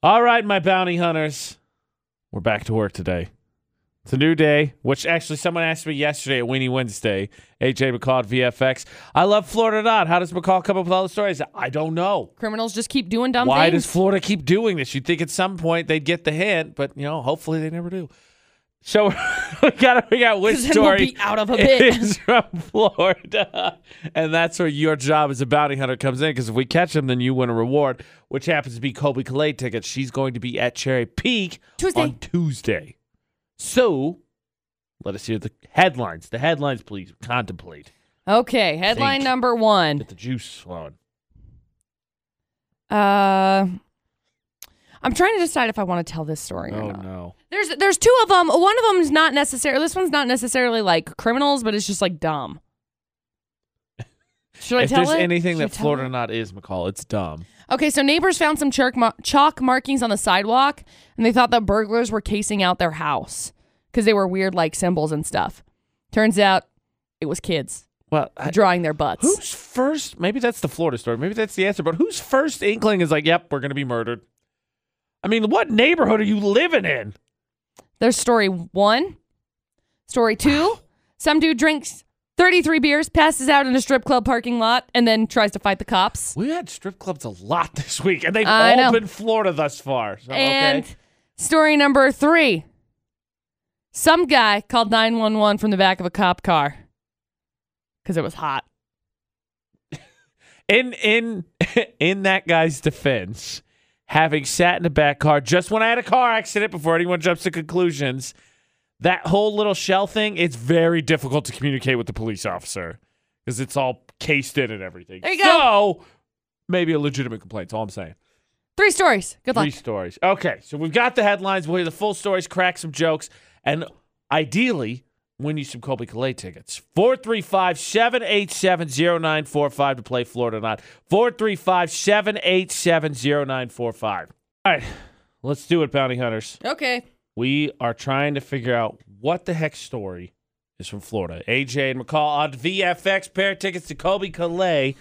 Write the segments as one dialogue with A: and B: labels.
A: All right, my bounty hunters. We're back to work today. It's a new day, which actually someone asked me yesterday at Weenie Wednesday, AJ McCall at VFX. I love Florida Not. How does McCall come up with all the stories? I don't know.
B: Criminals just keep doing dumb
A: Why
B: things.
A: does Florida keep doing this? You'd think at some point they'd get the hint, but you know, hopefully they never do. So we got we got which
B: 'Cause then we'll
A: story
B: be out of a bit.
A: is from Florida, and that's where your job as a bounty hunter comes in. Because if we catch him, then you win a reward, which happens to be Kobe Calais tickets. She's going to be at Cherry Peak
B: Tuesday.
A: on Tuesday. So let us hear the headlines. The headlines, please contemplate.
B: okay, headline
A: Think.
B: number one.
A: Get the juice flowing.
B: Uh, I'm trying to decide if I want to tell this story or
A: Oh
B: not.
A: no!
B: There's there's two of them. One of them is not necessarily. This one's not necessarily like criminals, but it's just like dumb. Should I
A: if
B: tell
A: there's
B: it?
A: anything
B: Should I
A: that
B: tell
A: Florida
B: it?
A: not is, McCall, it's dumb.
B: Okay, so neighbors found some chalk, mar- chalk markings on the sidewalk, and they thought that burglars were casing out their house because they were weird like symbols and stuff. Turns out it was kids
A: Well, I,
B: drawing their butts.
A: who's first? Maybe that's the Florida story. Maybe that's the answer. But whose first inkling is like, "Yep, we're gonna be murdered." I mean, what neighborhood are you living in?
B: There's story one. Story two some dude drinks 33 beers, passes out in a strip club parking lot, and then tries to fight the cops.
A: We had strip clubs a lot this week, and they've
B: I
A: all
B: know.
A: been Florida thus far. So,
B: And
A: okay.
B: story number three some guy called 911 from the back of a cop car because it was hot.
A: in in in that guy's defense, having sat in the back car just when I had a car accident before anyone jumps to conclusions, that whole little shell thing, it's very difficult to communicate with the police officer because it's all cased in and everything.
B: There you
A: So maybe a legitimate complaint. That's all I'm saying.
B: Three stories. Good luck.
A: Three stories. Okay, so we've got the headlines. We'll hear the full stories, crack some jokes, and ideally win you some Kobe Calais tickets. 435 787 0945 to play Florida Not. 435 787 0945. All right, let's do it, Bounty Hunters.
B: Okay.
A: We are trying to figure out what the heck story is from Florida. AJ and McCall on VFX pair of tickets to Kobe Calais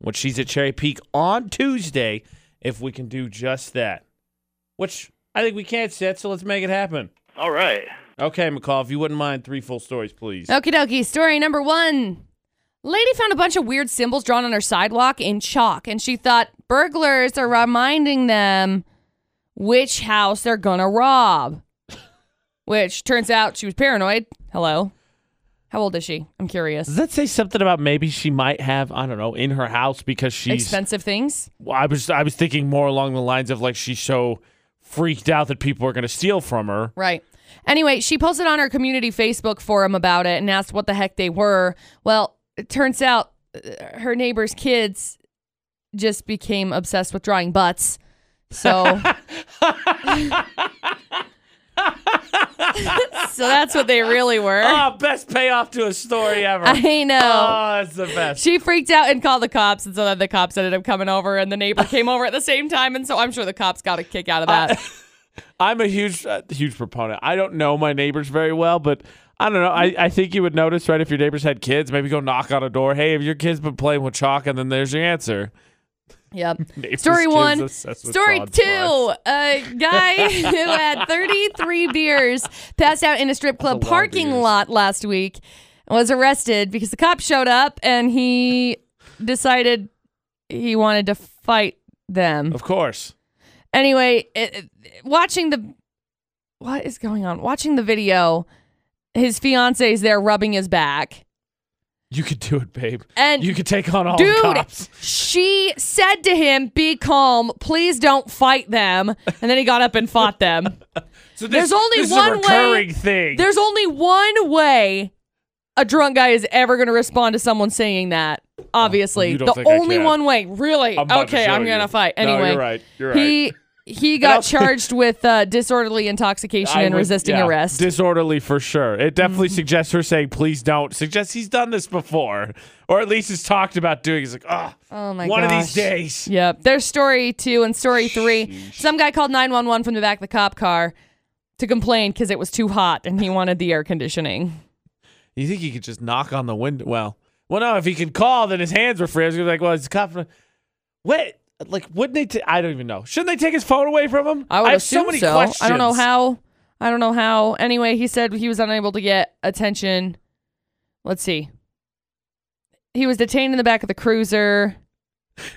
A: when she's at Cherry Peak on Tuesday. If we can do just that, which I think we can, Seth. So let's make it happen.
C: All right.
A: Okay, McCall, if you wouldn't mind, three full stories, please.
B: Okie dokie. Story number one. Lady found a bunch of weird symbols drawn on her sidewalk in chalk, and she thought burglars are reminding them which house they're gonna rob. Which turns out she was paranoid. Hello. How old is she? I'm curious.
A: Does that say something about maybe she might have I don't know in her house because she's
B: Expensive things.
A: Well, I was I was thinking more along the lines of like she's so freaked out that people are going to steal from her.
B: Right. Anyway, she posted on her community Facebook forum about it and asked what the heck they were. Well, it turns out uh, her neighbor's kids just became obsessed with drawing butts. So So that's what they really were.
A: Oh, best payoff to a story ever.
B: I know.
A: Oh, that's the best.
B: She freaked out and called the cops, and so then the cops ended up coming over, and the neighbor came over at the same time, and so I'm sure the cops got a kick out of that.
A: I'm a huge, uh, huge proponent. I don't know my neighbors very well, but I don't know. I, I think you would notice, right, if your neighbors had kids, maybe go knock on a door. Hey, have your kids been playing with chalk? And then there's your answer.
B: Yep.
A: Neighbor's
B: Story
A: kids
B: one.
A: obsessed with
B: Story
A: Sean's
B: two.
A: butts.
B: A guy who had 33 beers passed out in a strip club
A: lot of
B: parking
A: beers.
B: lot last week was arrested because the cops showed up and he decided he wanted to fight them.
A: Of course.
B: Anyway, it, it- watching the what is going on? Watching the video, his fiance is there rubbing his back.
A: You could do it, babe.
B: And
A: you could take on all the
B: Dude,
A: cops.
B: she said to him, "Be calm. Please don't fight them." And then he got up and fought them.
A: So
B: there's only
A: this
B: one
A: is a
B: way-
A: recurring thing.
B: There's only one way a drunk guy is ever going to respond to someone saying that. Obviously,
A: Oh, You don't
B: the
A: think I
B: only
A: can.
B: one way. Really?
A: I'm about to
B: okay,
A: show
B: I'm
A: you.
B: going to fight
A: No,
B: anyway.
A: you're right. You're
B: He he got
A: also-
B: charged with uh, disorderly intoxication
A: I
B: and
A: would-
B: resisting
A: yeah,
B: arrest. Mm-hmm.
A: Disorderly for sure. It definitely suggests her saying, please don't. Suggests he's done this before. Or at least he's talked about doing. it. He's like, oh,
B: Oh my
A: one of
B: gosh.
A: these days.
B: Yep. There's story two and story three. Some guy called 911 from the back of the cop car to complain because it was too hot and he wanted the air conditioning.
A: You think he could just knock on the window? Well, well, no, if he could call, then his hands were free. I was gonna be like, well, it's a cop. What? like wouldn't they? ta- I don't even know. Shouldn't they take his phone away from him?
B: I would
A: have
B: assume
A: so many
B: so.
A: questions.
B: I don't know how. I don't know how. Anyway, he said he was unable to get attention. Let's see. He was detained in the back of the cruiser.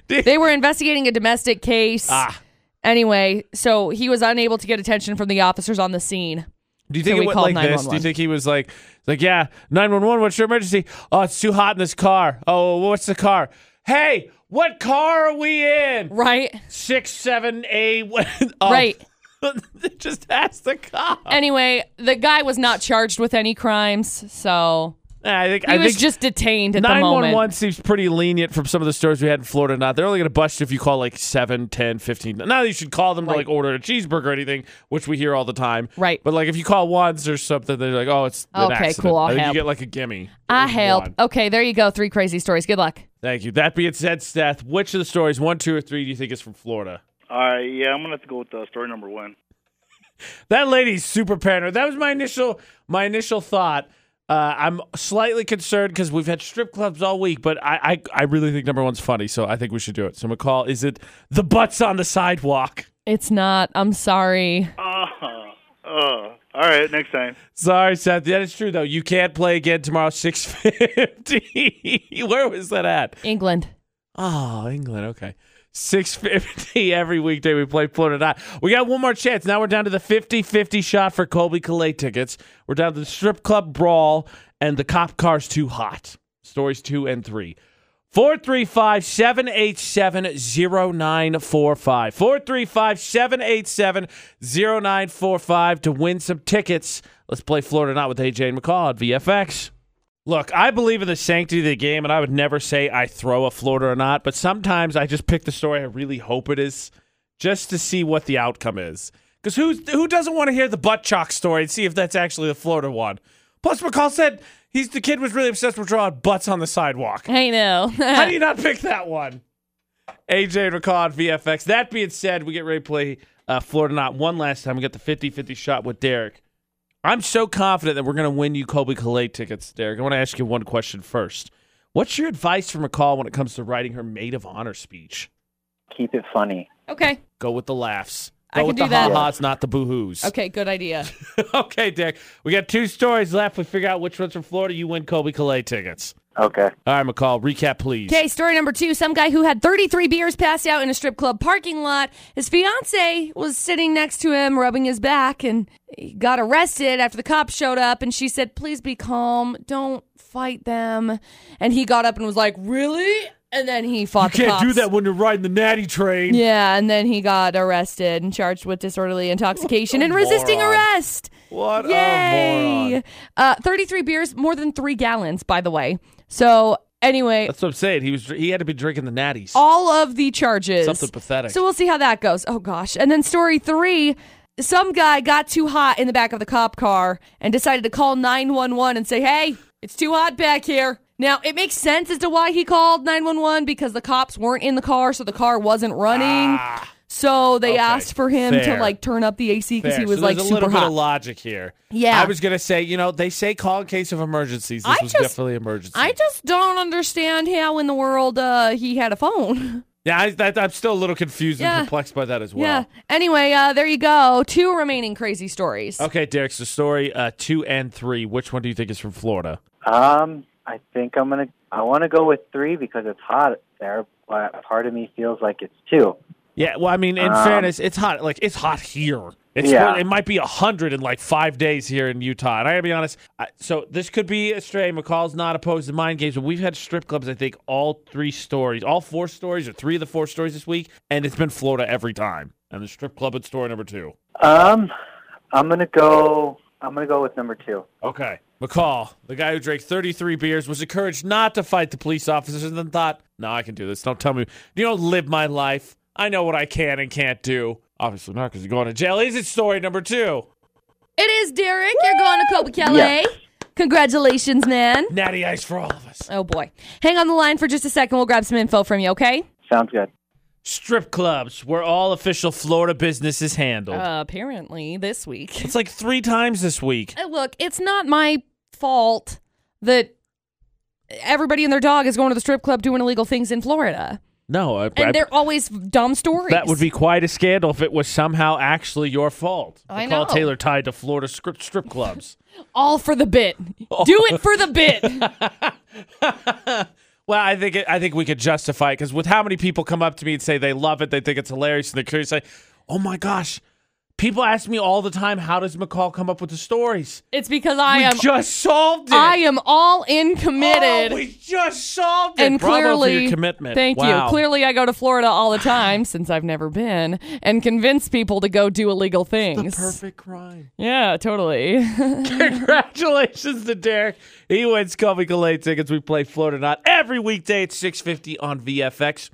B: They were investigating a domestic case.
A: ah,
B: Anyway, so he was unable to get attention from the officers on the scene.
A: do you think
B: So we
A: it went
B: called
A: like this? Do you
B: 911.
A: think he was like, like yeah, nine one one. What's your emergency? Oh, it's too hot in this car. Oh, what's the car? Hey, what car are we in?
B: Right?
A: Six seven eight. what- Oh.
B: Right.
A: Just ask the cop.
B: Anyway, the guy was not charged with any crimes, so
A: I think
B: he
A: I
B: was
A: think
B: just detained at the
A: Nine one
B: moment.
A: one seems pretty lenient from some of the stores we had in Florida. Not they're only going to bust you if you call like 7, 10, 15. Not that you should call them to like order a cheeseburger or anything, which we hear all the time.
B: Right.
A: But like if you call once or something, they're like, oh, it's an
B: Okay,
A: accident.
B: cool, I'll
A: I think
B: help.
A: you get like a gimme.
B: I
A: There's
B: help.
A: one.
B: Okay, there you go. Three crazy stories. Good luck.
A: Thank you. That being said, Seth, which of the stories one, two, or three do you think is from Florida?
C: Uh, yeah, I'm gonna have to go with uh, story number one.
A: That lady's super paranoid. That was my initial my initial thought. Uh, I'm slightly concerned because we've had strip clubs all week, but I, I I really think number one's funny, so I think we should do it. So McCall, is it the butts on the sidewalk?
B: It's not. I'm sorry.
C: Uh, uh, all right, next time.
A: Sorry, Seth. That is true though. You can't play again tomorrow six fifty. Where was that at?
B: England.
A: Oh, England. Okay. 650 every weekday we play Florida Not. We got one more chance. Now we're down to the 50-50 shot for Colby Calais tickets. We're down to the strip club brawl and the cop car's too hot. Stories two and three. 435 787 0945. 435 787 0945 to win some tickets. Let's play Florida Not with AJ and McCall at VFX. Look, I believe in the sanctity of the game, and I would never say I throw a floater or not, but sometimes I just pick the story I really hope it is just to see what the outcome is. Because who's, who doesn't want to hear the butt chalk story and see if that's actually the floater one? Plus, McCall said he's the kid was really obsessed with drawing butts on the sidewalk.
B: I know.
A: How do you not pick that one? AJ and McCall on VFX. That being said, we get ready to play uh, Florida Not one last time. We got the 50 50 shot with Derek. I'm so confident that we're going to win you Colby Calais tickets, Derek. I want to ask you one question first. What's your advice for McCall when it comes to writing her maid of honor speech?
D: keep it funny.
B: okay.
A: Go with the laughs.
B: I
A: Go
B: can
A: with
B: do
A: the
B: that.
A: ha-has, not the boo-hoos.
B: Okay, good idea.
A: okay, Derek. We got two stories left. We figure out which one's from Florida. You win Colby Calais tickets.
D: Okay.
A: All right, McCall, recap, please.
B: Okay, story number two. Some guy who had 33 beers passed out in a strip club parking lot. His fiance was sitting next to him, rubbing his back, and he got arrested after the cops showed up. And she said, Please be calm. Don't fight them. And he got up and was like, Really? And then he fought the cops.
A: when you're riding the natty train.
B: Yeah, and then he got arrested and charged with disorderly intoxication and resisting
A: Moron.
B: arrest.
A: What a Oh, moron.
B: Yay! Uh, 33 beers, more than three gallons, by the way. So, anyway,
A: That's what I'm saying. He was he had to be drinking the natties.
B: all of the charges.
A: Something pathetic.
B: So, we'll see how that goes. Oh, gosh. And then, story three some guy got too hot in the back of the cop car and decided to call 911 and say, hey, it's too hot back here. Now, it makes sense as to why he called 911 because the cops weren't in the car, so the car wasn't running. So they
A: Ah. Okay,
B: asked for him
A: fair.
B: to like turn up the AC because
A: Fair.
B: he was
A: So
B: like
A: there's a
B: super
A: little bit of
B: hot.
A: logic here.
B: Yeah.
A: I was gonna say, you know, they say call in case of emergencies. This
B: I
A: was
B: just-
A: definitely emergency.
B: I just don't understand how in the world uh, he had a phone.
A: yeah, I, that, I'm still a little confused
B: Yeah.
A: and perplexed by that as well.
B: yeah. Anyway, uh, there you go. Two remaining crazy stories.
A: Okay, Derek. So story uh, two and three. Which one do you think is from Florida?
D: Um, I think I'm gonna. I want to go with three because it's hot there, but part of me feels like it's two.
A: Yeah. Well, I mean, in
D: Um,
A: fairness, it's hot. Like it's hot here. It's
D: Yeah.
A: it might be hundred in like five days here in Utah. And I gotta be honest. I, so this could be a stray. McCall's not opposed to mind games, but we've had strip clubs. I think all three stories, all four stories, or three of the four stories this week, and it's been Florida every time. And the strip club at story number two.
D: Um, I'm gonna go. I'm gonna go with number two.
A: Okay. McCall, the guy who drank 33 beers, was encouraged not to fight the police officers and then thought, no, I can do this. Don't tell me. You don't live my life. I know what I can and can't do. Obviously not because you're going to jail. Is it story number two?
B: It is Derek. You're going to Copa Calais. Congratulations, man.
A: Natty ice for all of us.
B: Oh boy. Hang on the line for just a second. We'll grab some info from you, okay?
D: Sounds good.
A: Strip clubs, where all official Florida business is handled.
B: Uh. apparently this week.
A: it's like three times this week.
B: Uh, Look, it's not my fault that everybody and their dog is going to the strip club doing illegal things in Florida.
A: No, I, I-
B: And they're always dumb stories.
A: that would be quite a scandal if it was somehow actually your fault.
B: I
A: Nicole
B: know.
A: Taylor tied to Florida strip, strip clubs.
B: all for the bit. Do it for the bit.
A: Well, I think it, I think we could justify it because with how many people come up to me and say they love it, they think it's hilarious, and they're curious. Like, oh my gosh, people ask me all the time, how does McCall come up with the stories?
B: It's because I
A: we
B: am
A: just solved it.
B: I am all in committed.
A: Oh, we just solved it.
B: and
A: Bravo for
B: clearly
A: your commitment.
B: Thank
A: Wow.
B: you. Clearly I go to Florida all the time since I've never been and convince people to go do illegal
A: the
B: things.
A: perfect crime.
B: yeah, totally.
A: Congratulations to Derek. He wins Colby Galate tickets. We play Florida Not every weekday at 6.50 on VFX.